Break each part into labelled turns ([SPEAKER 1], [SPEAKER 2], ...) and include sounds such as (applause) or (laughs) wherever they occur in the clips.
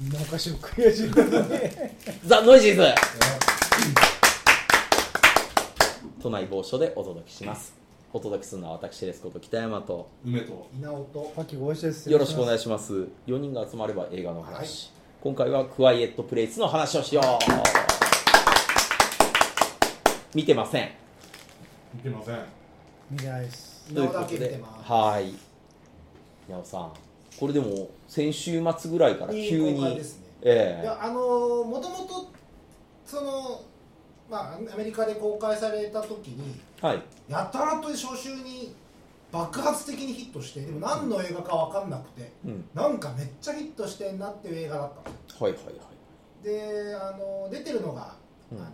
[SPEAKER 1] みんなお菓子を食い味わうね
[SPEAKER 2] ザ・ノイジーズ都内某所でお届けしますお届けするのは私ですこと北山と
[SPEAKER 3] 梅と
[SPEAKER 1] 稲尾とパキゴイシです
[SPEAKER 2] よろしくお願
[SPEAKER 1] い
[SPEAKER 2] い
[SPEAKER 1] し
[SPEAKER 2] します4人が集まれば映画の話、今回はクワイエットプレイスの話をしよう見てません
[SPEAKER 3] 見てません
[SPEAKER 1] ます見ないで
[SPEAKER 2] と
[SPEAKER 1] す稲
[SPEAKER 2] いう
[SPEAKER 1] 尾
[SPEAKER 2] こ
[SPEAKER 1] だ
[SPEAKER 2] と
[SPEAKER 1] け見て
[SPEAKER 2] で
[SPEAKER 1] ます
[SPEAKER 2] はい矢尾さんこれでも先週末ぐらいから
[SPEAKER 1] いい
[SPEAKER 2] 急に
[SPEAKER 1] 公開ですねい
[SPEAKER 2] え
[SPEAKER 1] やあのもともとそのまあアメリカで公開された時に
[SPEAKER 2] えはい
[SPEAKER 1] やたらと初週に爆発的にヒットしてでも何の映画か分かんなくて
[SPEAKER 2] うん
[SPEAKER 1] なんかめっちゃヒットしてんなっていう映画だったの
[SPEAKER 2] はいはいはい
[SPEAKER 1] であの出てるのが、
[SPEAKER 2] うん
[SPEAKER 1] あの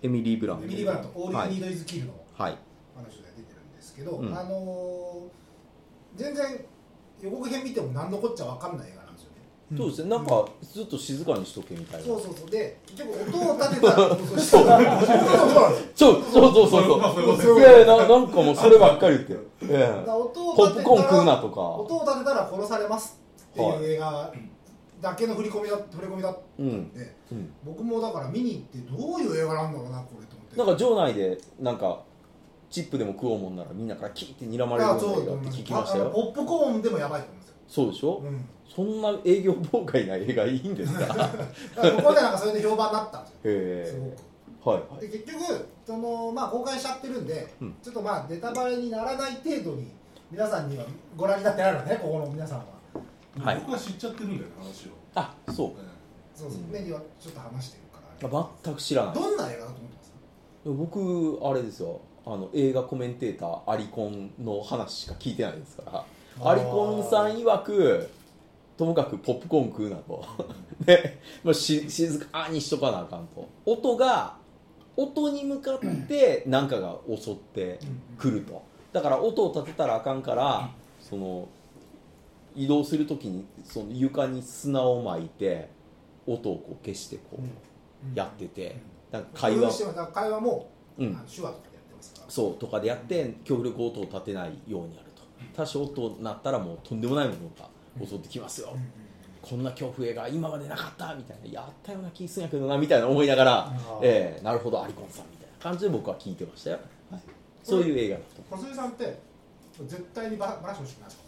[SPEAKER 2] エミリー・ブラント
[SPEAKER 1] ミリー・バラント「オー
[SPEAKER 2] は
[SPEAKER 1] ル・ニー
[SPEAKER 2] い、
[SPEAKER 1] ド・イズ・キル」の
[SPEAKER 2] はい、
[SPEAKER 1] 話が出てるんですけど、
[SPEAKER 2] うん
[SPEAKER 1] あの全然予告編見ても何のこっちゃ分かんない映画なんですよね
[SPEAKER 2] そうですねなんかずっと静かにしとけみたいな
[SPEAKER 1] そうそうそうで結構音を立てたら放送してたそうなんです
[SPEAKER 2] そ
[SPEAKER 1] よ
[SPEAKER 2] うそうそうそうそう
[SPEAKER 3] そういうこと
[SPEAKER 1] そう
[SPEAKER 2] いやいやななんかもうそればっかり言ってる、え
[SPEAKER 1] だか
[SPEAKER 2] え
[SPEAKER 1] ら音
[SPEAKER 2] ポッ
[SPEAKER 1] を立
[SPEAKER 2] プ
[SPEAKER 1] て
[SPEAKER 2] コーン
[SPEAKER 1] た
[SPEAKER 2] 食う
[SPEAKER 1] ら
[SPEAKER 2] なとか
[SPEAKER 1] 音を立てたら殺されますって
[SPEAKER 2] はい
[SPEAKER 1] いう映画だけの振り込みだ振り込みだっ
[SPEAKER 2] うん、
[SPEAKER 1] て
[SPEAKER 2] うん、
[SPEAKER 1] 僕もだから見に行ってどういう映画なんだろうなこれと思って
[SPEAKER 2] なんか場内でなんかチップでも食おうもんならみんなからキーって睨まれる
[SPEAKER 1] あ
[SPEAKER 2] よ
[SPEAKER 1] そう
[SPEAKER 2] うな映画って
[SPEAKER 1] だと思います
[SPEAKER 2] 聞きました
[SPEAKER 1] ああの
[SPEAKER 2] よ
[SPEAKER 1] ポップコーンでもやばいと思うんですよ、
[SPEAKER 2] そうでしょ、
[SPEAKER 1] うん、
[SPEAKER 2] そんな営業妨害な映画いいんですか
[SPEAKER 1] だからここでなんかそれで評判になったんですよ
[SPEAKER 2] へ
[SPEAKER 1] すごく
[SPEAKER 2] えはいはい
[SPEAKER 1] で結局その、まあ、公開しちゃってるんで、
[SPEAKER 2] うん
[SPEAKER 1] ちょっとまあネタバレにならない程度に皆さんにはご覧になってあるのねここの皆さんは
[SPEAKER 2] はい
[SPEAKER 3] 僕は知っちゃってるんだよね話を
[SPEAKER 2] あそ
[SPEAKER 1] そうそう、
[SPEAKER 2] うん
[SPEAKER 1] 目にはちょっと話してるから、
[SPEAKER 2] う全く知らない
[SPEAKER 1] どんな映画だと思ってます
[SPEAKER 2] 僕あれですよあの映画コメンテーターアリコンの話しか聞いてないですからアリコンさん曰くともかくポップコーン食うなと (laughs) で、まあ、し静かにしとかなあかんと音が音に向かって何かが襲ってくるとだから音を立てたらあかんからその移動するときにその床に砂を巻いて音をこう消してこうやっててなんか
[SPEAKER 1] 会
[SPEAKER 2] 会話
[SPEAKER 1] 話だから会話も、
[SPEAKER 2] う
[SPEAKER 1] あ
[SPEAKER 2] ん
[SPEAKER 1] の手話とかでやってますから
[SPEAKER 2] そうとかでやって極力音を立てないようにやると多少音鳴ったらもうとんでもないものが襲ってきますよ、
[SPEAKER 1] うんうんうん
[SPEAKER 2] こんな恐怖映画今までなかったみたいなやったような気すんやけどなみたいな思いながら
[SPEAKER 1] ー、
[SPEAKER 2] ええなるほどアリコンさんみたいな感じで僕は聞いてましたよ、はい、そういう映画だと
[SPEAKER 1] 小杉さんって絶対にバラバラしてほしくないですか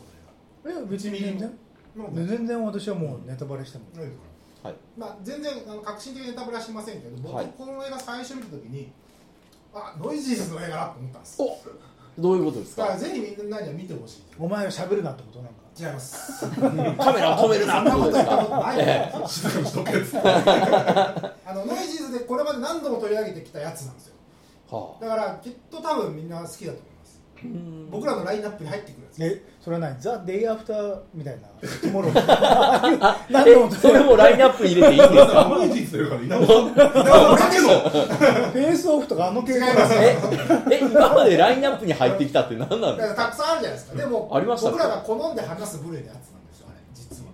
[SPEAKER 1] こ
[SPEAKER 4] いや別に全然
[SPEAKER 1] の映画なんで
[SPEAKER 4] 全然私はもうネタバレしても
[SPEAKER 1] ないですか
[SPEAKER 2] はい
[SPEAKER 1] まあ、全然あの革新的なネタブラしてませんけど僕、
[SPEAKER 2] はい
[SPEAKER 1] この映画最初見た時にあノイジーズの映画だと思ったんです
[SPEAKER 2] おどういうことです
[SPEAKER 1] だから
[SPEAKER 2] か
[SPEAKER 1] ぜひみんなには見てほしい
[SPEAKER 4] お前が喋るなってことなんか
[SPEAKER 1] 違います
[SPEAKER 2] カメラを止めるなってことですか
[SPEAKER 1] ない
[SPEAKER 2] え (laughs)
[SPEAKER 3] 静かにしとけっつって
[SPEAKER 1] あのノイジーズでこれまで何度も取り上げてきたやつなんですよ
[SPEAKER 2] はあ
[SPEAKER 1] だからきっと多分みんな好きだと思います
[SPEAKER 2] うん
[SPEAKER 1] 僕らのラインナップに入ってくるんですよ
[SPEAKER 4] えそれは何ザ・デイ・アフターみたいなトゥモロー何度も
[SPEAKER 2] えそれもラインナップ入れていいんですか
[SPEAKER 3] ノイジー
[SPEAKER 2] (laughs)
[SPEAKER 3] ズだから稲尾さん稲尾さんだけの
[SPEAKER 4] フェイスオフとかあの系
[SPEAKER 1] 違います
[SPEAKER 2] ええ今までラインナップに入ってきたって何なん
[SPEAKER 1] だ
[SPEAKER 2] で
[SPEAKER 1] か
[SPEAKER 2] す
[SPEAKER 1] ら
[SPEAKER 2] か
[SPEAKER 1] たくさんあるじゃないですかでも
[SPEAKER 2] ありましたっけ
[SPEAKER 1] 僕らが好んで話す部類のやつなんですよあれ実は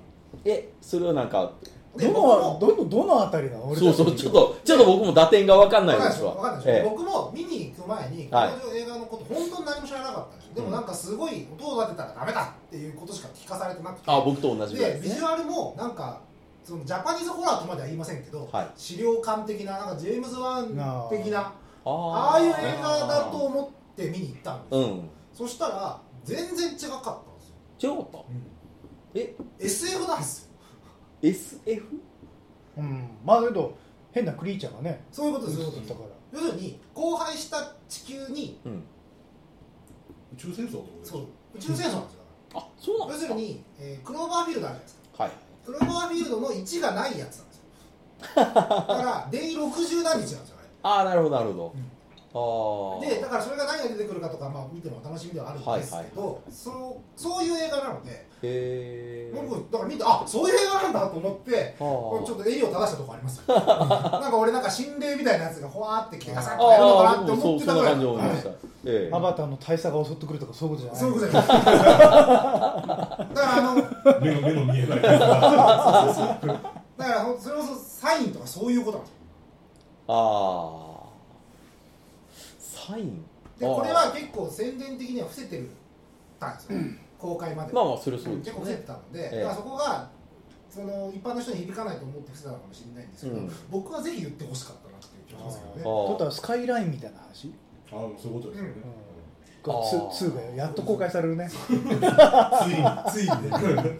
[SPEAKER 2] えそれをなんか
[SPEAKER 1] で
[SPEAKER 4] どのどのどのあたりだ俺た
[SPEAKER 2] そうそう、ちょっと、ちょっと僕も打点が分かんないですわ。
[SPEAKER 1] わかんないでしょ、
[SPEAKER 2] ええ
[SPEAKER 1] 僕も見に行く前に、
[SPEAKER 2] はい
[SPEAKER 1] この映画のこと本当に何も知らなかったんですよでもなんかすごい音を立てたらダメだっていうことしか聞かされてなくて
[SPEAKER 2] あ、僕と同じぐらい
[SPEAKER 1] で
[SPEAKER 2] で
[SPEAKER 1] ビ
[SPEAKER 2] す
[SPEAKER 1] ジ
[SPEAKER 2] ね。
[SPEAKER 1] ュアルもなんかそのジャパニーズホラーとまでは言いませんけど、
[SPEAKER 2] はい
[SPEAKER 1] 資料館的ななんかジェームズ・ワン的な
[SPEAKER 2] あ
[SPEAKER 1] ああいう映画だと。思って見に行ったんです
[SPEAKER 2] う
[SPEAKER 1] よ、
[SPEAKER 2] ん。
[SPEAKER 1] そしたら全然違かったんですよ、
[SPEAKER 2] 違うかった。え、
[SPEAKER 1] SF なんですよ
[SPEAKER 2] SF?
[SPEAKER 4] (laughs) うんまあだけど変なクリーチャーがね
[SPEAKER 1] そういうこと
[SPEAKER 4] 映
[SPEAKER 1] ですそういう
[SPEAKER 4] ってた
[SPEAKER 1] ことです
[SPEAKER 4] から
[SPEAKER 1] 要するに荒廃した地球に
[SPEAKER 2] うん。
[SPEAKER 3] 宇宙戦争
[SPEAKER 2] (laughs)
[SPEAKER 3] ってことでし
[SPEAKER 1] そ
[SPEAKER 3] ょ
[SPEAKER 1] う宇宙戦争なんですよ
[SPEAKER 2] あ、そうなん
[SPEAKER 1] 要
[SPEAKER 2] ですすか
[SPEAKER 1] る。に、えークローバーフィールドあるじゃないですか
[SPEAKER 2] はい。
[SPEAKER 1] クローバーフィールドの1がないやつなんですよだからデイ60何日なんですよ
[SPEAKER 2] ああ、なるほど、なるほど。
[SPEAKER 1] あれ
[SPEAKER 2] ああ。
[SPEAKER 1] でだからそれが何が出てくるかとか、まあ、見ても楽しみではあるんですけど、そのそういう映画なので
[SPEAKER 2] へえ。
[SPEAKER 1] 僕だから見てあそういう映画なんだと思ってこれちょ
[SPEAKER 2] は
[SPEAKER 1] っと襟を正したとこあります
[SPEAKER 2] (laughs)
[SPEAKER 1] よなんか俺なんか心霊みたいなやつがほわーってきてガサッ
[SPEAKER 2] あ。
[SPEAKER 1] とやるの
[SPEAKER 2] あ
[SPEAKER 1] か
[SPEAKER 2] あ、
[SPEAKER 1] なって
[SPEAKER 2] 僕もそ
[SPEAKER 1] 思っ
[SPEAKER 2] う、
[SPEAKER 1] て
[SPEAKER 2] そ
[SPEAKER 1] た
[SPEAKER 2] ん
[SPEAKER 1] ぐ
[SPEAKER 2] な
[SPEAKER 1] らい
[SPEAKER 2] 感じ思いました。ええ
[SPEAKER 4] ア。バターの大佐が襲ってくるとかそういうことじゃない
[SPEAKER 1] そういうこと
[SPEAKER 4] じ
[SPEAKER 1] じゃないだからあの
[SPEAKER 3] 目の目の見えないから
[SPEAKER 1] だからほんそれこそサインとかそういうことなんですよ
[SPEAKER 2] ああ。サイン。
[SPEAKER 1] で
[SPEAKER 2] ああ
[SPEAKER 1] これは。結構宣伝的には伏せてるたんですよ、公開まで
[SPEAKER 2] まあまあ、それそうです
[SPEAKER 1] 結
[SPEAKER 2] よ
[SPEAKER 1] 構伏せ
[SPEAKER 2] ね
[SPEAKER 1] て。たので、
[SPEAKER 2] ええ
[SPEAKER 1] だからそこがその一般の人に響かないと思って伏せたのかもしれないんですけど、
[SPEAKER 2] うん
[SPEAKER 1] 僕はぜひ言ってほしかったなっていう気がしますけ
[SPEAKER 2] あ
[SPEAKER 1] どね
[SPEAKER 2] ー
[SPEAKER 4] ょっとはスカイラインみたいな話
[SPEAKER 3] ああそういうことですよね、
[SPEAKER 4] が
[SPEAKER 2] あー
[SPEAKER 4] 2がやっと公開されるね
[SPEAKER 3] ついについにね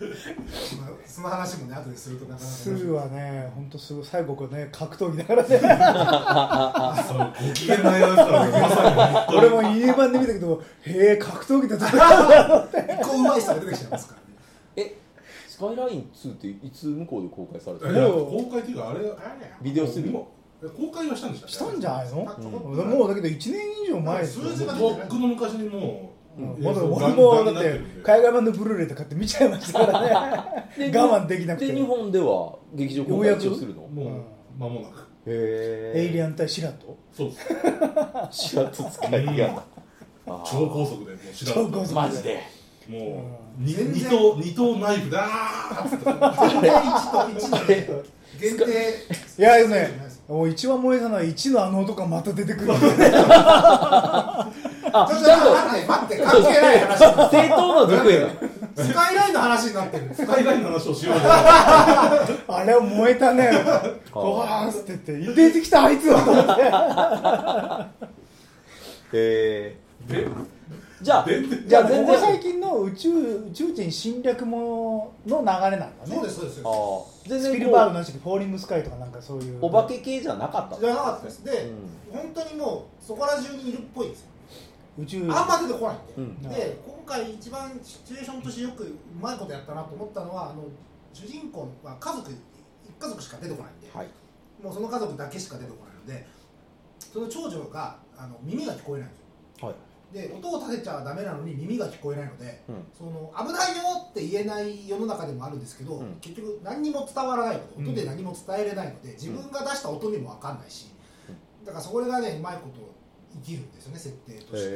[SPEAKER 1] まあその話もね後でするとなかなか面白い
[SPEAKER 4] 2はね本当すごい最後こうね格闘技だからね
[SPEAKER 3] そのご機嫌な間ですからねまさに
[SPEAKER 4] 俺も家版で見たけどへえ格闘技だった
[SPEAKER 1] 一個うまい人が出てきちゃいますからね
[SPEAKER 2] えスカイライン2っていつ向こうで公開された
[SPEAKER 3] え
[SPEAKER 2] の
[SPEAKER 4] もう
[SPEAKER 3] 公開っていうかあれ
[SPEAKER 2] ビデオスルー
[SPEAKER 3] もう公開はしたんでしたっけ
[SPEAKER 4] したんじゃないの
[SPEAKER 1] うん
[SPEAKER 4] もうだけど1年以上前ですよ
[SPEAKER 1] 数字が
[SPEAKER 3] とっくの昔にもう、
[SPEAKER 4] うん
[SPEAKER 3] 映
[SPEAKER 4] ま
[SPEAKER 3] 像
[SPEAKER 4] だ
[SPEAKER 3] ガ
[SPEAKER 4] 俺
[SPEAKER 3] ン
[SPEAKER 4] も
[SPEAKER 3] ガ
[SPEAKER 4] だ
[SPEAKER 3] ン
[SPEAKER 4] っ
[SPEAKER 3] なっ
[SPEAKER 4] て
[SPEAKER 3] てるんで
[SPEAKER 4] 海外版のブルーレイとかって見ちゃいましたからね我慢できなく
[SPEAKER 2] で
[SPEAKER 4] て
[SPEAKER 2] 日本では劇場公開一応するの
[SPEAKER 3] もう間もなく
[SPEAKER 2] へ
[SPEAKER 4] エイリ
[SPEAKER 2] ン
[SPEAKER 4] アン対シラト
[SPEAKER 3] そうです
[SPEAKER 2] シャツ使いがあー
[SPEAKER 3] 超高速でもう知ら
[SPEAKER 4] 超高速
[SPEAKER 2] マジで
[SPEAKER 3] もう
[SPEAKER 4] う
[SPEAKER 3] に
[SPEAKER 1] 全然
[SPEAKER 3] 二刀二刀ナイフだーっつって
[SPEAKER 1] 1と1で限定
[SPEAKER 4] いやでもねもう一番燃えたのは1のあの音がまた出てくる
[SPEAKER 2] あ
[SPEAKER 1] ちょっと
[SPEAKER 2] ちゃんと
[SPEAKER 1] 待って待って関係ない話になって
[SPEAKER 2] 正当な毒や
[SPEAKER 1] るスカイラインの話になってる
[SPEAKER 3] スカイラインの話をしようじゃ
[SPEAKER 4] あれは燃えたねわーっつって言って出てきたあいつはと思って
[SPEAKER 2] へ
[SPEAKER 3] ないで
[SPEAKER 2] ーじゃあ
[SPEAKER 3] 全然
[SPEAKER 2] じゃあ
[SPEAKER 4] こ
[SPEAKER 2] 全
[SPEAKER 4] こ最
[SPEAKER 2] 然
[SPEAKER 4] 近の宇宙宇宙人侵略ものの流れなんだ
[SPEAKER 1] そうで
[SPEAKER 4] ね
[SPEAKER 1] すそうです
[SPEAKER 2] あー全
[SPEAKER 4] スピ
[SPEAKER 2] 然
[SPEAKER 4] ルバーグ
[SPEAKER 2] こ
[SPEAKER 4] の話で「フォーリングスカイ」とかなんかそういう
[SPEAKER 2] うお化け系じゃなかった
[SPEAKER 1] じゃなかったですで、
[SPEAKER 2] う
[SPEAKER 1] 本当にもうそこら中にいるっぽいですよ
[SPEAKER 4] 宇宙
[SPEAKER 1] あんま出てこないんで、
[SPEAKER 2] うん
[SPEAKER 1] で今回一番シチュエーションとしてよくうまいことやったなと思ったのはあの主人公は家族一家族しか出てこないんで、
[SPEAKER 2] はい
[SPEAKER 1] もうその家族だけしか出てこないのでその長女があの耳が聞こえないんですよ
[SPEAKER 2] はい
[SPEAKER 1] で音を立てちゃダメなのに耳が聞こえないので
[SPEAKER 2] うん
[SPEAKER 1] その危ないよって言えない世の中でもあるんですけど、
[SPEAKER 2] うん
[SPEAKER 1] 結局何にも伝わらないこと
[SPEAKER 3] うん
[SPEAKER 1] 音で何も伝えれないので、自分が出した音にも分かんないし、だからそれがねうまいこと生きるんですよね設定として、
[SPEAKER 2] へ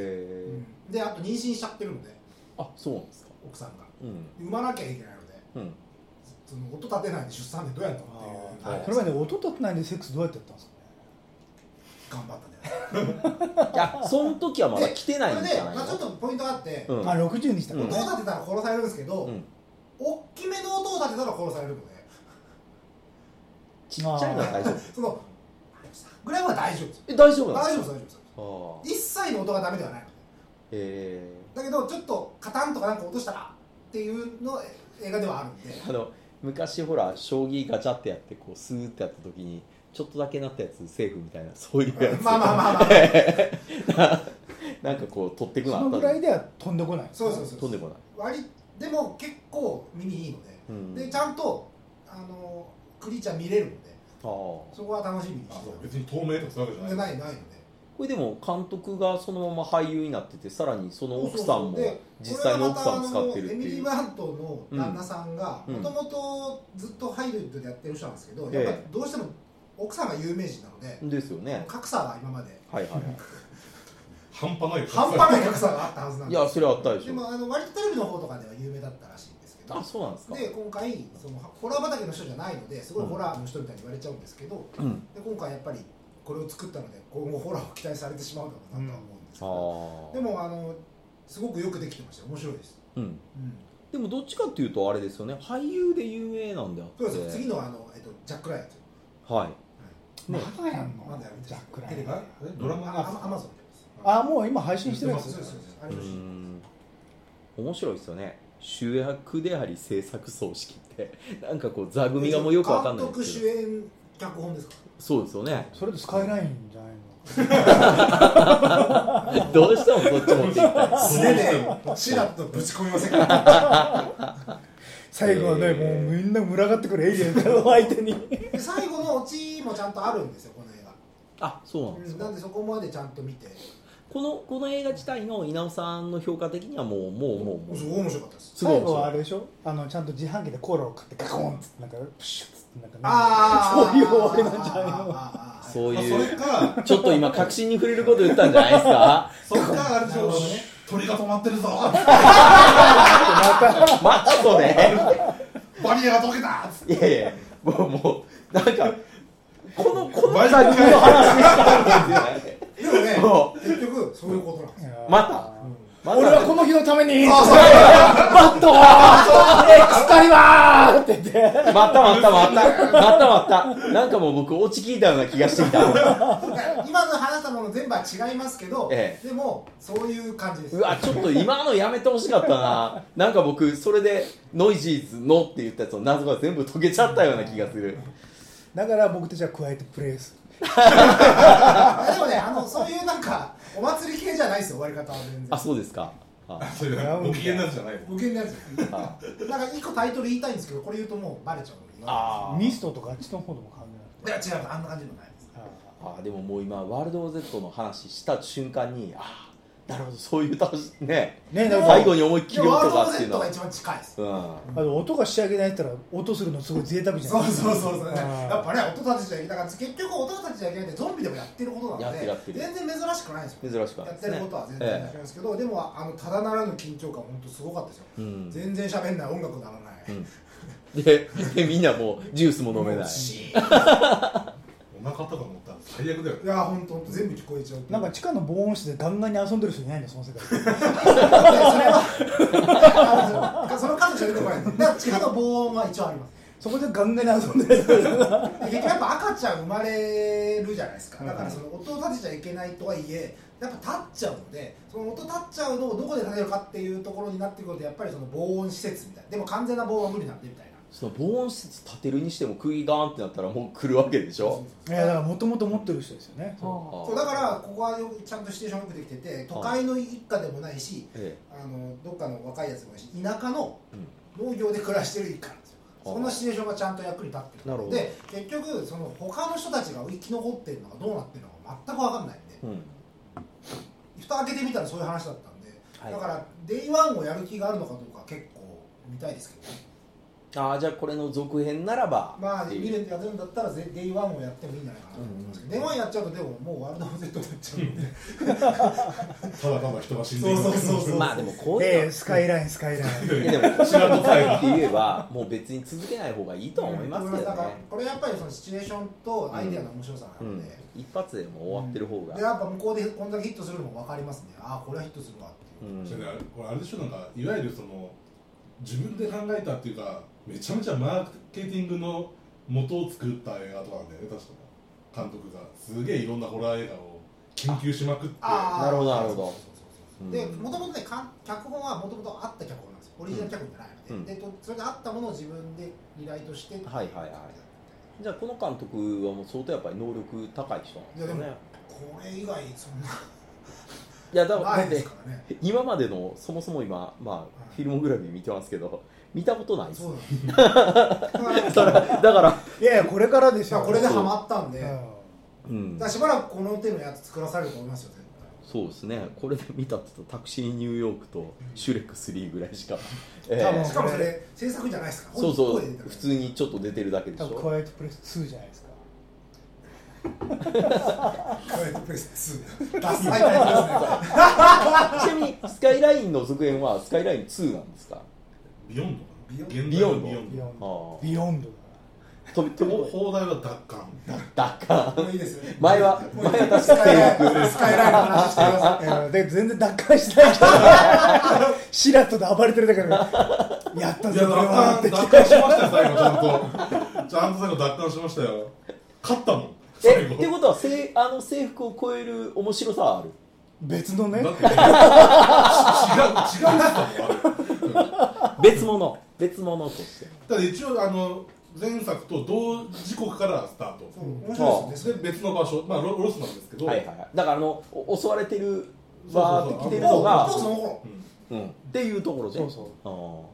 [SPEAKER 2] ー
[SPEAKER 1] うんであと妊娠しちゃってるので
[SPEAKER 2] あそうなんですか
[SPEAKER 1] 奥さんが
[SPEAKER 2] うん
[SPEAKER 1] 産まなきゃいけないので
[SPEAKER 2] うん
[SPEAKER 1] その音立てないで出産でどうやるのって
[SPEAKER 4] あ
[SPEAKER 1] いう
[SPEAKER 4] ーそれまで音立てないんでセックスどうやってやったんですかね
[SPEAKER 1] 頑張ったんだよ
[SPEAKER 2] いやその時はまだ来てない
[SPEAKER 1] そ
[SPEAKER 2] ん
[SPEAKER 1] れ
[SPEAKER 2] じ
[SPEAKER 1] で、
[SPEAKER 2] ゃない
[SPEAKER 1] まあ、ちょっ
[SPEAKER 2] の
[SPEAKER 1] とポイントがあって、
[SPEAKER 2] うん
[SPEAKER 4] あ60にしたから
[SPEAKER 1] 音を
[SPEAKER 4] ね
[SPEAKER 1] 立てたら殺されるんですけど、
[SPEAKER 2] うん
[SPEAKER 1] 大きめの音を立てたら殺されるので
[SPEAKER 2] ちっちゃいのは大丈夫
[SPEAKER 1] そのぐらいは大丈夫ですよ
[SPEAKER 2] え大丈夫
[SPEAKER 1] 大
[SPEAKER 2] なんですか
[SPEAKER 1] 丈夫です大丈夫です
[SPEAKER 2] ああ
[SPEAKER 1] 一切の音がダメではないので
[SPEAKER 2] え
[SPEAKER 1] だけどちょっとカタンとかなんか落としたらっていうの映画ではあるんで
[SPEAKER 2] ーあの昔ほら将棋ガチャってやってこうスーってやった時にちょっとだけなったやつセーフみたいなそういうやつ
[SPEAKER 1] まあまあまあまあ
[SPEAKER 2] (laughs) なんかこう取ってくの
[SPEAKER 4] そ
[SPEAKER 2] あ
[SPEAKER 4] の
[SPEAKER 2] った
[SPEAKER 4] ぐ
[SPEAKER 2] じゃ
[SPEAKER 4] ら
[SPEAKER 2] ん
[SPEAKER 4] いでは飛んでこない
[SPEAKER 1] そうそうそう
[SPEAKER 2] 飛んでこない
[SPEAKER 1] 割でも結構耳いいので、
[SPEAKER 2] うん
[SPEAKER 1] でちゃんとあのクリーチャー見れるので
[SPEAKER 2] ああこ
[SPEAKER 1] そこは楽しみに
[SPEAKER 3] あ
[SPEAKER 1] して
[SPEAKER 3] そう別に透明とかそういうわけ
[SPEAKER 1] た
[SPEAKER 3] じ
[SPEAKER 1] で
[SPEAKER 3] ゃない
[SPEAKER 1] ないないので
[SPEAKER 2] れでも監督がそのまま俳優になっててさらにその奥さんも
[SPEAKER 1] そうそうそうで
[SPEAKER 2] 実際の奥さん使ってるって
[SPEAKER 1] これがまたあのエミリ
[SPEAKER 2] い
[SPEAKER 1] ー・
[SPEAKER 2] う
[SPEAKER 1] ワントの旦那さんが
[SPEAKER 2] うん
[SPEAKER 1] もともとずっとハイリウッドでやってる人なんですけど、
[SPEAKER 2] ええ
[SPEAKER 1] やっぱどうしても奥さんが有名人なので、
[SPEAKER 2] ですよね
[SPEAKER 1] 格差が今まで
[SPEAKER 2] はいはいはい
[SPEAKER 3] 半端ない
[SPEAKER 1] 半端ない格差があったはずなん
[SPEAKER 2] い
[SPEAKER 1] で
[SPEAKER 2] やそれはあったでし
[SPEAKER 1] で
[SPEAKER 2] ょ
[SPEAKER 1] もあの割とテレビの方とかでは有名だったらしいんですけど
[SPEAKER 2] あそうなんですか
[SPEAKER 1] で今回そのホラー畑の人じゃないのですごいホラーの人みたいに言われちゃうんですけど、
[SPEAKER 2] うん
[SPEAKER 1] で今回やっぱりこれを作ったので今後ホラーを期待されてしまうだろうなとは思うんですけ
[SPEAKER 2] あ
[SPEAKER 1] ど、
[SPEAKER 2] あ
[SPEAKER 1] でもあのすごくよくできてました面白いです、
[SPEAKER 2] うん
[SPEAKER 1] うん、
[SPEAKER 2] でもどっちかっていうとあれですよね俳優で有名なんであって
[SPEAKER 1] そうです次のあの、えっと、ジャック・ライアンと
[SPEAKER 2] はい
[SPEAKER 4] まだやんの
[SPEAKER 1] まだやるんです
[SPEAKER 4] ジャックラ
[SPEAKER 1] テレ
[SPEAKER 4] イ
[SPEAKER 1] ビ
[SPEAKER 4] アン
[SPEAKER 1] が
[SPEAKER 3] えドラマ
[SPEAKER 1] あアマア
[SPEAKER 3] が
[SPEAKER 1] マ (laughs) ゾンでです
[SPEAKER 4] あもう今配信してるや
[SPEAKER 1] そ
[SPEAKER 4] つ
[SPEAKER 1] うですそうですあ
[SPEAKER 2] う
[SPEAKER 1] れです
[SPEAKER 2] ん面白いですよね主役であり制作葬式って (laughs) なんかこう座組がもうよくわかんないん
[SPEAKER 1] 監
[SPEAKER 2] で
[SPEAKER 1] 督
[SPEAKER 2] す
[SPEAKER 1] 主
[SPEAKER 2] けど
[SPEAKER 1] 演脚本ですか
[SPEAKER 2] そうですよね
[SPEAKER 4] それとスカイラインじゃないの
[SPEAKER 2] どうしてもそっち持っていきたい
[SPEAKER 1] 素手でシラッとぶち込みませんか
[SPEAKER 4] 最後はね、
[SPEAKER 2] えー
[SPEAKER 4] もうみんな群がってくるエイリアンからお相手 (laughs) に
[SPEAKER 1] (laughs) で最後のオチもちゃんとあるんですよこの映
[SPEAKER 2] (laughs)
[SPEAKER 1] 画
[SPEAKER 2] あそうなんで
[SPEAKER 1] う
[SPEAKER 2] す
[SPEAKER 1] ん
[SPEAKER 2] か、
[SPEAKER 1] なんでそこまでちゃんと見て
[SPEAKER 2] このこの映画自体の稲尾さんの評価的にはもうもうもうもう
[SPEAKER 1] すごい面白かったです
[SPEAKER 2] すごい
[SPEAKER 4] 最後はあ
[SPEAKER 2] 面
[SPEAKER 4] れでしょあのちゃんと自販機でコーラを買ってガコンっつってなんかプシュッつってなんかね
[SPEAKER 1] ああ
[SPEAKER 4] そういう終わりなんじゃないの
[SPEAKER 1] の
[SPEAKER 2] 白いそう
[SPEAKER 3] あ
[SPEAKER 2] い
[SPEAKER 3] そうれか
[SPEAKER 2] ちょっと今確信に触れること言ったんじゃないです (laughs) か
[SPEAKER 3] それかあれでしょ
[SPEAKER 1] なるほどね
[SPEAKER 3] 鳥が止まってるぞ
[SPEAKER 2] またそれ
[SPEAKER 3] バリアが溶け
[SPEAKER 1] (laughs)
[SPEAKER 3] たっつっ
[SPEAKER 2] (laughs)
[SPEAKER 3] て
[SPEAKER 2] いやいやもうもうなんかこ (laughs) のこの
[SPEAKER 3] マジ
[SPEAKER 2] 座
[SPEAKER 3] かよ
[SPEAKER 2] 組の話したんですよね
[SPEAKER 1] でもね
[SPEAKER 2] も
[SPEAKER 1] 結局そういうことなんですよ
[SPEAKER 4] ー
[SPEAKER 2] また
[SPEAKER 4] うん
[SPEAKER 2] ま
[SPEAKER 4] (laughs)
[SPEAKER 2] た
[SPEAKER 4] 俺はこの日のために
[SPEAKER 1] あ
[SPEAKER 4] バットエクスカリバーってってて
[SPEAKER 2] 待った待った待った待った待ったなんかもう僕落ち聞いたような気がしてきた
[SPEAKER 1] だから今の話したもの全部は違いますけど、
[SPEAKER 2] え
[SPEAKER 1] でもそういう感じです
[SPEAKER 2] うわちょっと今のやめてほしかったななんか僕それでノイジーズのって言ったやつの謎が全部解けちゃったような気がする
[SPEAKER 4] だから僕たちは加えてプレイす
[SPEAKER 1] あでもねあのそういうなんかお祭り系じゃないですよ終わり方は全
[SPEAKER 2] あ
[SPEAKER 1] 然
[SPEAKER 2] そうですかあ
[SPEAKER 3] それはご機嫌なんじゃないの
[SPEAKER 1] 無限のやつ
[SPEAKER 2] あ
[SPEAKER 1] なんか一個タイトル言いたいんですけどこれ言うともうバレちゃうので
[SPEAKER 2] あ
[SPEAKER 4] ミストとかあっちの方でも関
[SPEAKER 1] いや違うあんな感じのないです
[SPEAKER 4] 係ない
[SPEAKER 2] あでももう今ワールド・オー・ゼットの話した瞬間にああなるほどそういう楽しね
[SPEAKER 4] ねだから
[SPEAKER 2] 最後に思いっきり
[SPEAKER 1] でもワ
[SPEAKER 2] 音が
[SPEAKER 1] ールドオブ
[SPEAKER 2] って
[SPEAKER 1] ゼ
[SPEAKER 2] いう
[SPEAKER 1] ッ
[SPEAKER 2] の
[SPEAKER 1] ト
[SPEAKER 2] は
[SPEAKER 1] が一番近いです
[SPEAKER 2] う
[SPEAKER 4] あの音が仕上げないって言ったら音するのすごい贅沢じゃ
[SPEAKER 1] そ
[SPEAKER 4] な
[SPEAKER 1] う
[SPEAKER 4] いですか
[SPEAKER 1] そうそうそうね
[SPEAKER 4] あー
[SPEAKER 1] やっぱね音立てちゃいけないだから結局音立てちゃいけないってゾンビでもやってることな
[SPEAKER 2] やっ
[SPEAKER 1] ので
[SPEAKER 2] てるやってる
[SPEAKER 1] 全然珍しくないですよ
[SPEAKER 2] ん珍しくは
[SPEAKER 1] や
[SPEAKER 2] ないです
[SPEAKER 1] ってる
[SPEAKER 2] ね
[SPEAKER 1] ことは全然違いますけど、でもあのただならぬ緊張感本当すごかったですよ、
[SPEAKER 2] うん
[SPEAKER 1] 全然喋んない音楽ならない、
[SPEAKER 2] うんででみんなもうジュースも飲めない
[SPEAKER 1] し
[SPEAKER 3] お腹とか持ったら最悪だよ
[SPEAKER 1] いや本当本当全部聞こえちゃう
[SPEAKER 4] なんか地下の防音室でガンガンに遊んでる人いないんだその世界
[SPEAKER 1] それは (laughs) あのその数しか出てこないんでだから地下の防音は一応あります
[SPEAKER 4] そこでガンガンに遊んでる人いない
[SPEAKER 1] で結局やっぱ赤ちゃん生まれるじゃないですかだからその音を立てちゃいけないとはいえやっぱ立っちゃうのでその音立っちゃうのをどこで立てるかっていうところになってくるとやっぱりその防音施設みたいなでも完全な防音は無理なんでみたいな
[SPEAKER 2] その防音施設建てるにしても釘ガーンってなったらもう来るわけでしょ
[SPEAKER 4] (laughs) いやだからもともと持ってる人ですよね
[SPEAKER 2] そ
[SPEAKER 1] そうだからここはよくちゃんとシチュエーションよくできてて都会の一家でもないし
[SPEAKER 2] え
[SPEAKER 1] あのどっかの若いやつでもないし田舎の農業で暮らしてる一家なんですよ
[SPEAKER 2] あー
[SPEAKER 1] そんなシチュエーションがちゃんと役に立ってる
[SPEAKER 2] なるほど
[SPEAKER 1] で結局その他の人たちが生き残ってるのがどうなってるのか全く分かんないんで
[SPEAKER 2] えうん
[SPEAKER 1] 蓋開けてみたらそういう話だったんで、
[SPEAKER 2] はい
[SPEAKER 1] だからデイワンをやる気があるのかどうか結構見たいですけどね
[SPEAKER 2] ああじゃあこれの続編ならば
[SPEAKER 1] まあ
[SPEAKER 2] って
[SPEAKER 1] 見
[SPEAKER 2] いう
[SPEAKER 1] るやるんだったらぜデイワンをやってもいいんじゃないかなと思いますけど、デイワンやっちゃうとでももうワールドオブゼットになっちゃうんで
[SPEAKER 3] ただただ人が死んでいく
[SPEAKER 1] そうそうそうそう
[SPEAKER 2] まあでもこういうの
[SPEAKER 4] ええスカイラインスカイライン
[SPEAKER 2] いやでも知らんことないって言えばもう別に続けない方がいいとは思いますけ
[SPEAKER 1] だ
[SPEAKER 2] ど
[SPEAKER 1] から
[SPEAKER 2] ね、
[SPEAKER 1] これやっぱりそのシチュエーションとアイデアの面白さな
[SPEAKER 2] う
[SPEAKER 1] の
[SPEAKER 2] ん
[SPEAKER 1] で、、
[SPEAKER 2] 一発でもう終わってる方
[SPEAKER 1] で
[SPEAKER 2] が、
[SPEAKER 1] やっぱ向こうでこんだけヒットするのも分かりますねああこれはヒットするわって
[SPEAKER 2] う
[SPEAKER 1] いうん
[SPEAKER 3] それでこれあれでしょなんかいわゆるその自分で考えたっていうかめちゃめちゃマーケティングの元を作った映画とかなんだよね確か監督がすげえいろんなホラー映画を研究しまくって
[SPEAKER 1] ああ
[SPEAKER 2] なるほどなるほど
[SPEAKER 1] そうそうそうそうで
[SPEAKER 2] うん
[SPEAKER 1] もともとねかん脚本はもともとあった脚本なんですよオリジナル脚本じゃないので,、
[SPEAKER 2] うん
[SPEAKER 1] でとそれであったものを自分で依頼として
[SPEAKER 2] はいはいはいじゃあこの監督はもう相当やっぱり能力高い人なんですよ
[SPEAKER 1] いやで
[SPEAKER 2] ね
[SPEAKER 1] これ以外そんない
[SPEAKER 2] やだから
[SPEAKER 1] な
[SPEAKER 2] だ
[SPEAKER 1] い
[SPEAKER 2] っ
[SPEAKER 1] で
[SPEAKER 2] て
[SPEAKER 1] すからね
[SPEAKER 2] 今までのそもそも今まあ
[SPEAKER 1] い
[SPEAKER 2] フィルモグラフィー見てますけど見たことないです
[SPEAKER 1] そうなんです
[SPEAKER 2] だ
[SPEAKER 1] だ
[SPEAKER 2] か
[SPEAKER 1] から
[SPEAKER 2] らだから、
[SPEAKER 4] いやいやこれからです
[SPEAKER 1] だから
[SPEAKER 4] よ
[SPEAKER 1] これでハマったんで、
[SPEAKER 4] う
[SPEAKER 1] だか
[SPEAKER 4] ん
[SPEAKER 2] うん、
[SPEAKER 1] らしばらくこの手のやつ作らされると思いますよ絶対
[SPEAKER 2] そうですねこれで見たって言うとタクシーニューヨークとシュレック3ぐらいしか、え
[SPEAKER 4] 多分
[SPEAKER 1] しかもそれ制作じゃないですか
[SPEAKER 2] そうそ
[SPEAKER 1] 本
[SPEAKER 2] う
[SPEAKER 1] 人声で出てる
[SPEAKER 2] 普通にちょっと出てるだけでし
[SPEAKER 4] 多分
[SPEAKER 2] ょ
[SPEAKER 4] クワイエットプレス2じゃないですか
[SPEAKER 1] クワイエットプ
[SPEAKER 2] (laughs)
[SPEAKER 1] レス2ダサいタイトルですね
[SPEAKER 2] ちなみにスカイラインの続編はスカイライン2なんですか
[SPEAKER 3] ビヨン
[SPEAKER 1] ビヨ
[SPEAKER 3] ド
[SPEAKER 1] ン
[SPEAKER 3] かな
[SPEAKER 2] ビヨンド
[SPEAKER 3] 現代の
[SPEAKER 4] ビヨンド
[SPEAKER 2] あー
[SPEAKER 4] ビヨンドだ
[SPEAKER 2] 飛び飛び
[SPEAKER 3] ほ放題は奪還
[SPEAKER 2] だか
[SPEAKER 1] もういいですね
[SPEAKER 2] 前は
[SPEAKER 1] もういい
[SPEAKER 2] 前は確
[SPEAKER 1] スカイ
[SPEAKER 2] か
[SPEAKER 1] ラインスカイラインの話してくださ
[SPEAKER 4] いやで全然奪還しない人シラトで暴れてるだけだからやった
[SPEAKER 3] い
[SPEAKER 4] ぜ
[SPEAKER 3] や
[SPEAKER 4] 俺はっ
[SPEAKER 3] 奪
[SPEAKER 4] て
[SPEAKER 3] 還奪還しましたよ最後ちゃんとちゃんと最後奪還しましたよ勝ったもん
[SPEAKER 2] に
[SPEAKER 3] 最
[SPEAKER 2] え
[SPEAKER 3] (laughs) 後
[SPEAKER 2] ってことはせいあの制服を超える面白さはある
[SPEAKER 4] 別のね
[SPEAKER 3] (laughs) だって違う違う違うだもんあれうん
[SPEAKER 2] 別物別物として
[SPEAKER 3] ただ一応あの前作と同時刻からスタート
[SPEAKER 1] い面白いです
[SPEAKER 3] で
[SPEAKER 1] よね
[SPEAKER 3] 別の場所、まあ、ロロスなんですけど、
[SPEAKER 2] はいはいはいだからあのお襲われてる
[SPEAKER 3] そうそうそう
[SPEAKER 2] わーって来てる
[SPEAKER 1] も
[SPEAKER 2] の
[SPEAKER 1] う
[SPEAKER 2] が
[SPEAKER 1] もうその頃
[SPEAKER 3] うん
[SPEAKER 2] うんっていうところで
[SPEAKER 4] そうそう
[SPEAKER 2] う
[SPEAKER 3] も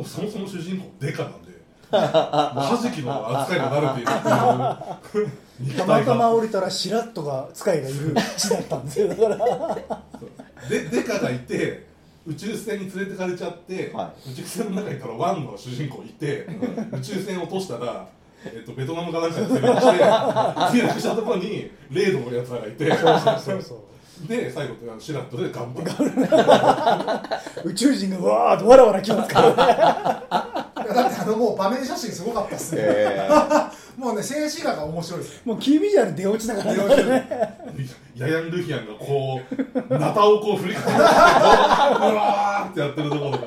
[SPEAKER 3] うそもそも主人公デカなん
[SPEAKER 4] (laughs)
[SPEAKER 3] でもうはじきの扱いが慣れているっていう肉
[SPEAKER 4] た
[SPEAKER 3] 体が
[SPEAKER 4] またま降りたらシラッとが使いがいる地だったんですよだから
[SPEAKER 3] でデカがいて宇宙船に連れてかれちゃって、
[SPEAKER 2] は
[SPEAKER 3] 宇宙船の中にいたらワンの主人公いて、宇宙船落としたら、えっと、ベトナムかなんかに連れて (laughs) して墜落したところにレイドのやつらがいて
[SPEAKER 4] そうそう
[SPEAKER 3] で最後シラットで頑張る
[SPEAKER 4] 宇宙人がわーっとわらわら来ます
[SPEAKER 2] (laughs)
[SPEAKER 4] からね
[SPEAKER 1] いやだってあのもう場面写真すごかったっすね、
[SPEAKER 2] え
[SPEAKER 1] もうね静止画が面白いですね
[SPEAKER 4] もうキービジュアル出落ちだからね
[SPEAKER 3] ヤヤン・ルヒアンがこう、ナタをこう振りかけて、うわーってやってるところが、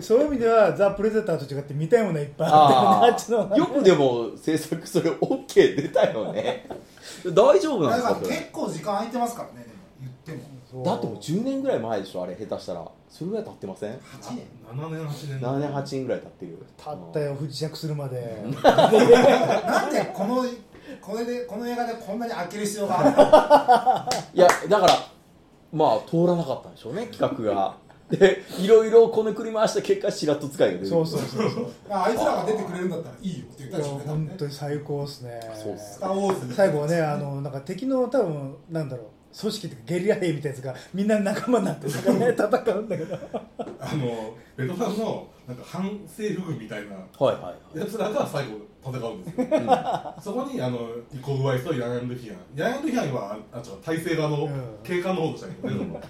[SPEAKER 4] そういう意味ではザ・プレゼンターと違って見たいものはいっぱいあ (laughs) ったよねあ
[SPEAKER 2] あ
[SPEAKER 4] っちの方が
[SPEAKER 2] あよくでも制作それ OK 出たよね大丈夫なん
[SPEAKER 1] だ
[SPEAKER 2] です
[SPEAKER 1] から
[SPEAKER 2] かそれ
[SPEAKER 1] 結構時間空いてますからねでも言っても
[SPEAKER 4] そう
[SPEAKER 2] だってもう10年ぐらい前でしょあれ下手したらそれぐらい経ってません
[SPEAKER 1] 8年
[SPEAKER 3] 7年8年
[SPEAKER 2] 7年8年ぐらい経ってる
[SPEAKER 4] たったよ不時着するまで
[SPEAKER 1] なんでこのこれでこの映画でこんなに開ける必要があったの (laughs)
[SPEAKER 2] いやだからまあ通らなかったんでしょうね企画がでいろいろこねくり回した結果白と使いが出てくる
[SPEAKER 4] そうそうそうそう
[SPEAKER 1] まああいつらが出てくれるんだったらいいよって言っ
[SPEAKER 4] い
[SPEAKER 1] た
[SPEAKER 4] や
[SPEAKER 1] でしょうね多分
[SPEAKER 4] 本
[SPEAKER 1] ね
[SPEAKER 4] 当に最高ですね
[SPEAKER 2] そうっす
[SPEAKER 1] スター・ウォーズ
[SPEAKER 4] 最後はねあのなんか敵の多分なんだろう組織とかゲリラ兵みたいなやつがみんな仲間になってなんかね戦うんだけど
[SPEAKER 3] あのベトナムのなんか反政府軍みたいな
[SPEAKER 2] はいはい
[SPEAKER 3] やつらが最後戦うんですよ
[SPEAKER 2] は
[SPEAKER 3] そこにあのイコグワイスとヤンヤンルヒアンヤンヤンルヒアンはああちょっと体制側の
[SPEAKER 4] うん
[SPEAKER 3] 警官の方でしたけどね、その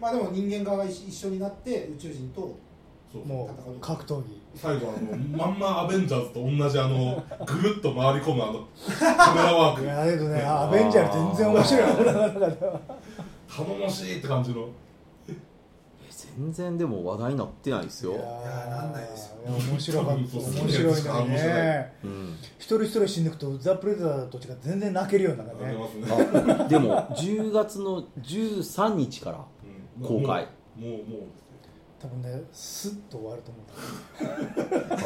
[SPEAKER 1] まあでも人間側が一緒になって宇宙人と
[SPEAKER 3] そう
[SPEAKER 4] もう格闘技
[SPEAKER 3] 最後あのまんまアベンジャーズと同じあのぐるっと回り込むあのカメラワー
[SPEAKER 4] い
[SPEAKER 3] ク
[SPEAKER 4] やだけどねアベンジャーズ全然面白いな俺の中では
[SPEAKER 3] 頼もしいって感じの
[SPEAKER 2] い全然でも話題になってないです
[SPEAKER 4] い
[SPEAKER 2] よ
[SPEAKER 1] ーなんないですよ
[SPEAKER 4] や面白かった
[SPEAKER 3] そうそう
[SPEAKER 4] 面白いのに
[SPEAKER 3] 面白
[SPEAKER 4] ね
[SPEAKER 2] うん
[SPEAKER 4] 一人一人死んでいくとザ・プレザーと違って全然泣けるような
[SPEAKER 3] あ
[SPEAKER 4] んかね
[SPEAKER 3] りますね
[SPEAKER 2] あでも10月の13日から
[SPEAKER 3] うん
[SPEAKER 2] 公開
[SPEAKER 3] もうもうもう
[SPEAKER 4] 多分ねスッと終わると思う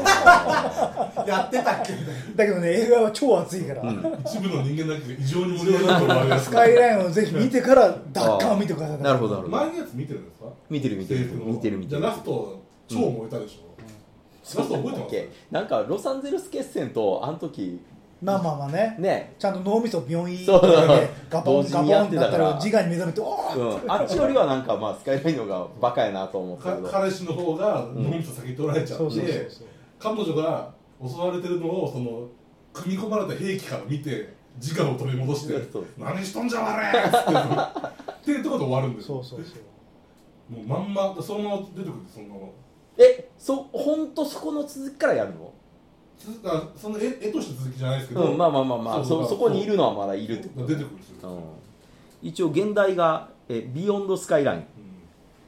[SPEAKER 1] やってたっけみたいな
[SPEAKER 4] だけどね映画は超熱いから、
[SPEAKER 2] (laughs) うん
[SPEAKER 3] 一部の人間だけが異常に盛り上がると思われます
[SPEAKER 4] スカイラインをぜひ見てから奪還を見てください
[SPEAKER 2] なるほどなるほど
[SPEAKER 3] 前のやつ見てるんですか
[SPEAKER 2] 見てる見てる見てる見てる
[SPEAKER 3] じゃあラスト超燃えたでしょ、ラスト覚えて
[SPEAKER 2] だっ
[SPEAKER 3] ます
[SPEAKER 2] けなんかロサンゼルス決戦とあの時
[SPEAKER 4] まあまあまあね
[SPEAKER 2] ね
[SPEAKER 4] ちゃんと脳みそビョンイーン
[SPEAKER 2] そう
[SPEAKER 4] ってガポ
[SPEAKER 2] 同
[SPEAKER 4] ン
[SPEAKER 2] 時
[SPEAKER 4] ガポン
[SPEAKER 2] にやっ
[SPEAKER 4] ってて
[SPEAKER 2] た
[SPEAKER 4] な
[SPEAKER 2] か
[SPEAKER 4] った
[SPEAKER 2] ら
[SPEAKER 4] ら自我に目覚めておー
[SPEAKER 2] うん、あっちよりはなんかまあスカイラインの方がバカやなと思った
[SPEAKER 3] か
[SPEAKER 2] けど
[SPEAKER 3] 彼氏の方が脳みそ先取られちゃって、
[SPEAKER 4] そうそうそうそう
[SPEAKER 3] 彼女が襲われてるのをその組み込まれた兵器から見て自我を取り戻して
[SPEAKER 2] そう
[SPEAKER 3] 「何しとんじゃわれ!」っつってっていうところで終わるんですよ
[SPEAKER 4] そうそうそう
[SPEAKER 3] もうまんまそのまま出てくるその
[SPEAKER 2] えそ本当そこの続きからやるの
[SPEAKER 3] 続あその絵絵として続きじゃないですけど、
[SPEAKER 2] うんまあまあまあまあ
[SPEAKER 3] そう
[SPEAKER 2] そ
[SPEAKER 3] そう
[SPEAKER 2] そこにいるのはまだいるってこと
[SPEAKER 3] 出てくるんですよ、
[SPEAKER 2] う
[SPEAKER 3] うん
[SPEAKER 2] ん、一応現代がえ「ビヨンドスカイライン」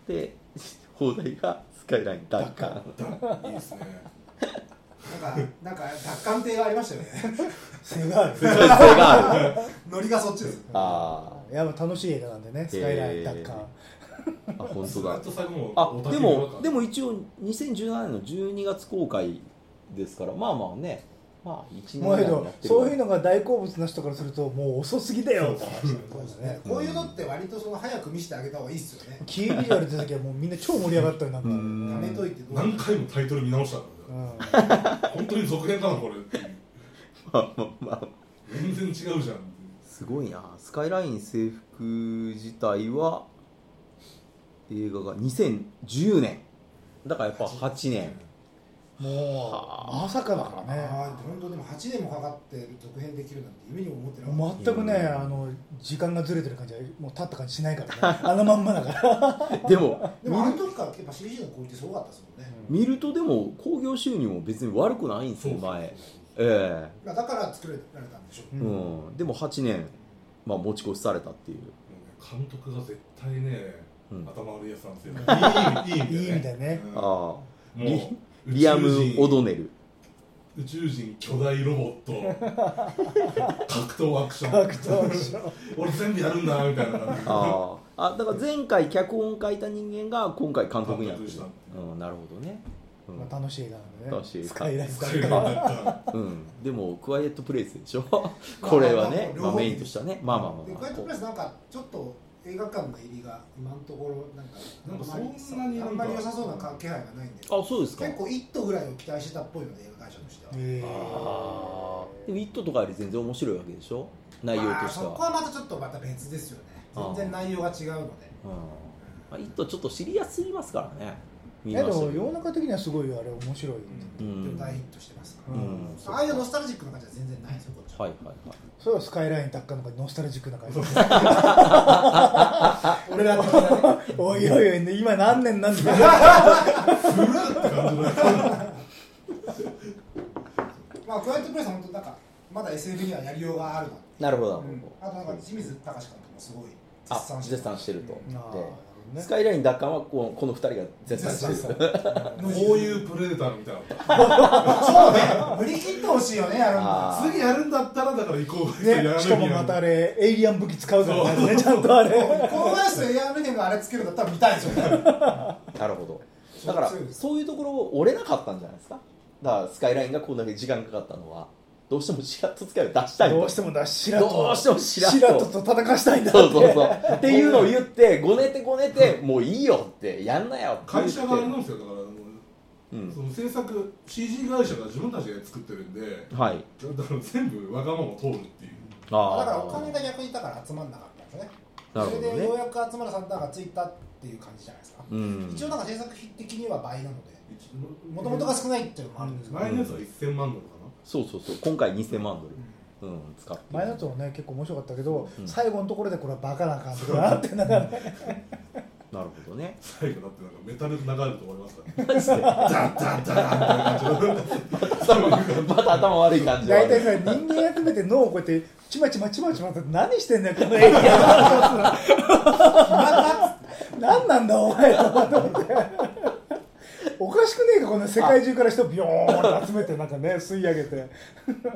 [SPEAKER 2] で (laughs) 放題が「スカイライン奪還
[SPEAKER 3] だいいですね
[SPEAKER 1] なんかなんか奪還艇がありましたよね
[SPEAKER 4] セガー」ル
[SPEAKER 2] (laughs) それがある
[SPEAKER 1] ノリがそっちです
[SPEAKER 2] あ
[SPEAKER 4] いやまあ楽しい映画なんでねスカイライン奪還、
[SPEAKER 2] ーあ本当
[SPEAKER 3] ず
[SPEAKER 2] だ
[SPEAKER 3] っと最後も
[SPEAKER 2] あで
[SPEAKER 3] オタク
[SPEAKER 2] も
[SPEAKER 3] の
[SPEAKER 2] でも一応2017年の12月公開ですからまあまあねまあ1年
[SPEAKER 4] もうけ
[SPEAKER 2] ぐらいに
[SPEAKER 4] ど
[SPEAKER 2] なってる
[SPEAKER 4] そういうのが大好物な人からするともう遅すぎだよって話
[SPEAKER 1] そう
[SPEAKER 4] だ
[SPEAKER 1] です
[SPEAKER 4] ね
[SPEAKER 1] ねこういうのって割とその早く見せてあげた方がいいっすよね
[SPEAKER 4] キービジュアル出た時はもうみんな超盛り上がったよなんか、
[SPEAKER 2] う
[SPEAKER 4] うんん、
[SPEAKER 1] やめといてどう
[SPEAKER 3] 何回もタイトル見直したから本当に続編だなこれっていう
[SPEAKER 2] (laughs) まあまあまあ
[SPEAKER 3] 全然違うじゃんっていう
[SPEAKER 2] すごいなスカイライン制服自体は映画が2010年だからやっぱ8年
[SPEAKER 4] もうまさかだからね
[SPEAKER 1] ああ本当でも8年もかかって続編できるなんて夢にも思ってなかった
[SPEAKER 4] もう全くね、
[SPEAKER 2] うん
[SPEAKER 4] あの時間がずれてる感じはもう経った感じしないからねあのまんまだから
[SPEAKER 2] でも
[SPEAKER 1] でもあの時からやっぱ CG のクオリティすごかったですもんね、
[SPEAKER 2] 見るとでも興行収入も別に悪くないんですよ前え
[SPEAKER 1] まあだから作られたんでしょ
[SPEAKER 2] え
[SPEAKER 1] う
[SPEAKER 4] (laughs) う
[SPEAKER 2] うんでも8年、まあ、持ち越しされたっていう
[SPEAKER 3] 監督が絶対ね、
[SPEAKER 2] うん
[SPEAKER 3] 頭悪いやつなん
[SPEAKER 2] (laughs)
[SPEAKER 3] ですよ。いい
[SPEAKER 4] いい意味だよね
[SPEAKER 3] うんも
[SPEAKER 2] ああ
[SPEAKER 3] う
[SPEAKER 2] リ
[SPEAKER 3] 宇宙
[SPEAKER 2] リ
[SPEAKER 3] 人
[SPEAKER 2] アム・オドネル
[SPEAKER 3] 宇宙人巨大ロボ
[SPEAKER 2] (laughs)
[SPEAKER 3] ット格闘アクション
[SPEAKER 4] 格闘技ショー
[SPEAKER 3] 俺全部やるんだみたいな感じ
[SPEAKER 2] あああだから前回脚本書いた人間が今回監督になってる
[SPEAKER 3] 監督した
[SPEAKER 2] うん、なるほどね、うん
[SPEAKER 4] まあ、楽しい映画なんでね
[SPEAKER 2] 楽しい映画
[SPEAKER 4] スカイライン奪
[SPEAKER 3] 使えるよう
[SPEAKER 4] 還
[SPEAKER 3] になった
[SPEAKER 2] うん、でもクワイエットプレイスでしょ (laughs) これはね、
[SPEAKER 1] まあ
[SPEAKER 2] ま
[SPEAKER 1] まあまあ
[SPEAKER 2] あ、メインとしたねまあまあまあ
[SPEAKER 1] でク
[SPEAKER 2] ま
[SPEAKER 1] ワイエットプレ
[SPEAKER 2] あ
[SPEAKER 1] スなんかちょっと映画館の入りが今のところなんか
[SPEAKER 3] なんか
[SPEAKER 1] あまり
[SPEAKER 3] そんなになん
[SPEAKER 1] あ
[SPEAKER 3] か
[SPEAKER 1] んまり良さそうな気配がないんで
[SPEAKER 2] こうあそうですか
[SPEAKER 1] 結構「イット!」ぐらいを期待してたっぽいので映画会社としては、
[SPEAKER 4] え
[SPEAKER 2] あーでも「イット!」とかより全然面白いわけでしょ内容
[SPEAKER 1] ま
[SPEAKER 2] と
[SPEAKER 1] あ
[SPEAKER 2] して
[SPEAKER 1] そ
[SPEAKER 2] は、
[SPEAKER 1] こはまたちょっとまた別ですよね全然内容が違う
[SPEAKER 2] うん
[SPEAKER 1] ので
[SPEAKER 2] まあ、イット!」ちょっと知りやすすぎますからね見ま
[SPEAKER 4] で
[SPEAKER 2] した
[SPEAKER 4] も
[SPEAKER 2] け
[SPEAKER 4] 世の
[SPEAKER 2] ど
[SPEAKER 4] 中的にはすごいよあれ面白いよ、
[SPEAKER 2] う
[SPEAKER 1] でも
[SPEAKER 2] ん、は
[SPEAKER 1] 大
[SPEAKER 2] い
[SPEAKER 1] ヒットしてますから、
[SPEAKER 4] うん
[SPEAKER 1] ああいうノスタルジックな感じは全然ないんですよこっちは
[SPEAKER 2] はいはい
[SPEAKER 4] それはスカイライン奪還のかノスタルジックな感じ (laughs)
[SPEAKER 1] 俺ら的なね
[SPEAKER 4] おいおいおい今何年なんだよ
[SPEAKER 3] って感じの
[SPEAKER 1] まあクワイエットプレイスは本当なんかまだ SF にはやりようがあるな
[SPEAKER 2] なるほどな
[SPEAKER 1] う
[SPEAKER 2] る
[SPEAKER 1] ん
[SPEAKER 2] ほど、
[SPEAKER 1] あとなんか清水隆監督もすごい
[SPEAKER 2] あ
[SPEAKER 1] 絶賛して
[SPEAKER 2] 絶賛してると、
[SPEAKER 1] うん
[SPEAKER 2] で
[SPEAKER 4] あーもんね
[SPEAKER 2] スカイライン奪還はこのこの2人が絶対してる
[SPEAKER 3] こういうプレデターみたいな
[SPEAKER 1] そうね振り切ってほしいよねやるんだ
[SPEAKER 2] あー
[SPEAKER 3] 次やるんだったらだから行こうやら
[SPEAKER 4] ね
[SPEAKER 3] なき
[SPEAKER 4] し
[SPEAKER 3] ゃ
[SPEAKER 4] か
[SPEAKER 3] いけ
[SPEAKER 4] も
[SPEAKER 3] ない
[SPEAKER 4] またあれエイリアン武器使うからね
[SPEAKER 3] そう
[SPEAKER 4] ちゃんとあれ
[SPEAKER 1] このやつエアメニューがあれつけるんだったら見たいでしょ
[SPEAKER 2] なるほどだから
[SPEAKER 1] そうです
[SPEAKER 2] そういうところを折れなかったんじゃないですかだからスカイラインがこんだけ時間かかったのはどうしてもシラッと使いを出したいと
[SPEAKER 4] どうしてもだしらと
[SPEAKER 2] どうしてもしらっと
[SPEAKER 4] と戦わしたいんだって
[SPEAKER 2] (laughs) そうそうそうっていうのを言ってごねてごねてもういいよってやんなよって言っ
[SPEAKER 3] 会
[SPEAKER 2] て
[SPEAKER 3] 社があれなんですよだからあの
[SPEAKER 2] うん
[SPEAKER 3] その制作 CG 会社が自分たちで作ってるんで
[SPEAKER 2] はい
[SPEAKER 3] だから全部わがまま通るっていう
[SPEAKER 2] あ
[SPEAKER 1] だからお金が逆にだから集まんなかったんですね
[SPEAKER 2] なるほどね
[SPEAKER 1] それでようやく集まるさんがついたっていう感じじゃないですか、
[SPEAKER 2] うん
[SPEAKER 1] 一応なんか制作費的には倍なのでも
[SPEAKER 3] も
[SPEAKER 1] ともとが少ないっていうのもあるんですけど、
[SPEAKER 3] 前のやつは1000万ドルか
[SPEAKER 2] そうそうそう今回2000万ドル
[SPEAKER 1] う、ん
[SPEAKER 2] うん、使って
[SPEAKER 4] 前のやつもね結構面白かったけど、
[SPEAKER 2] うん
[SPEAKER 4] 最後のところでこれはバカな感じだなってながら
[SPEAKER 2] なるほどね (laughs)
[SPEAKER 3] な最後だってなんかメタル流れると思いますからね
[SPEAKER 2] マジでま
[SPEAKER 3] ダンダンダンダンみたいな感じで
[SPEAKER 2] た頭悪い感じ
[SPEAKER 4] 大体さ人間集めて脳をこうやってちまちまちまちまって何してんだよこの (laughs) エリア何なんだお前はと思っておかしくねえかこんな世界中から人ビョーンって集めてなんかね吸い上げて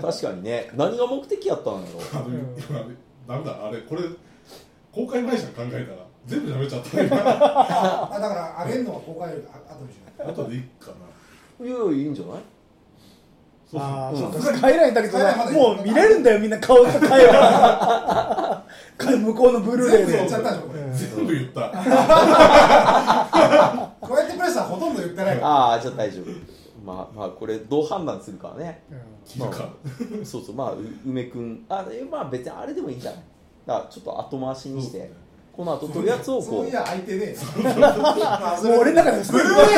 [SPEAKER 2] 確かにね何が目的やったんだろ
[SPEAKER 3] あの今なんだあれこれ公開前じゃん考えたら全部やめちゃった今
[SPEAKER 1] あだから上げるのは公開よりあ後にしない
[SPEAKER 3] あとでいいかな
[SPEAKER 2] ういやいやいいんじゃない
[SPEAKER 3] そう
[SPEAKER 4] ああ
[SPEAKER 3] そう
[SPEAKER 4] そうか
[SPEAKER 1] うん
[SPEAKER 4] スカイラインだけど
[SPEAKER 1] スカイライン
[SPEAKER 4] さ
[SPEAKER 1] まだいい
[SPEAKER 4] もう見れるんだよみんな顔と会話向こうのブルーレイ
[SPEAKER 1] 全部
[SPEAKER 4] で
[SPEAKER 1] 言っちゃったでしょこれ、
[SPEAKER 3] 全部言った
[SPEAKER 1] こうやってプレスはほとんど言ってないか
[SPEAKER 2] (laughs)
[SPEAKER 1] ら
[SPEAKER 2] ああじゃあ大丈夫まあまあこれどう判断するかはね (laughs)
[SPEAKER 4] うん
[SPEAKER 3] 切るか
[SPEAKER 2] そうそうまあう梅君あえまあ別にあれでもいいんじゃないだからちょっと後回しにして、
[SPEAKER 3] そうですね
[SPEAKER 2] この後取るやつをこ
[SPEAKER 1] そう
[SPEAKER 2] う
[SPEAKER 1] いや相手ね
[SPEAKER 4] もう俺の中でブルーレイ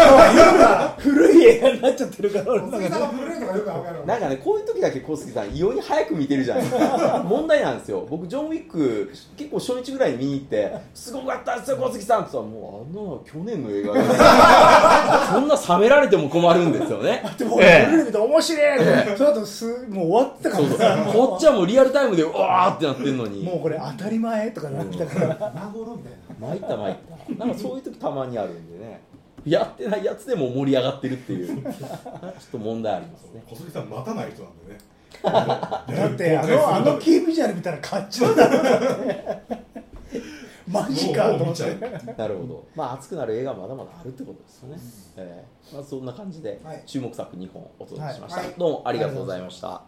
[SPEAKER 4] 古い映画になっちゃってるから俺の
[SPEAKER 1] 小
[SPEAKER 4] 中
[SPEAKER 1] 杉
[SPEAKER 4] で
[SPEAKER 1] さんがブルーレイとかよくわかる
[SPEAKER 2] なんかねこういう時だけ小杉さん異様に早く見てるじゃないですか問題なん (laughs) ですよ僕ジョン・ウィック結構初日ぐらいに見に行って「すごかったですよ小杉さん」って言ったら「もうあんな去年の映画や (laughs) そんな冷められても困るんですよね」
[SPEAKER 4] でも俺ブルーレイ見て面白いってその後すもう終わってたか
[SPEAKER 2] そう
[SPEAKER 4] ら
[SPEAKER 2] そう
[SPEAKER 4] さ
[SPEAKER 2] こっちはもうリアルタイムでうわーってなってんのに
[SPEAKER 4] もうこれ当たり前とかなったから
[SPEAKER 1] 今頃みたいな
[SPEAKER 2] 参った参ったなんかそういう時たまにあるんでねやってないやつでも盛り上がってるっていう (laughs) ちょっと問題ありますね
[SPEAKER 3] 小杉さん待たない人なんでね
[SPEAKER 4] (laughs) だってあのあのキービジュアル見たらかっちょだろだってマジかと
[SPEAKER 3] もうもう
[SPEAKER 4] 思
[SPEAKER 3] 見
[SPEAKER 4] っ
[SPEAKER 3] ちゃう
[SPEAKER 4] て
[SPEAKER 2] なるほどまあ熱くなる映画はまだまだあるってことですよね、ええまあ、そんな感じで
[SPEAKER 1] はい
[SPEAKER 2] 注目作2本お届けしました、
[SPEAKER 1] はい
[SPEAKER 2] どうもありがとうございました、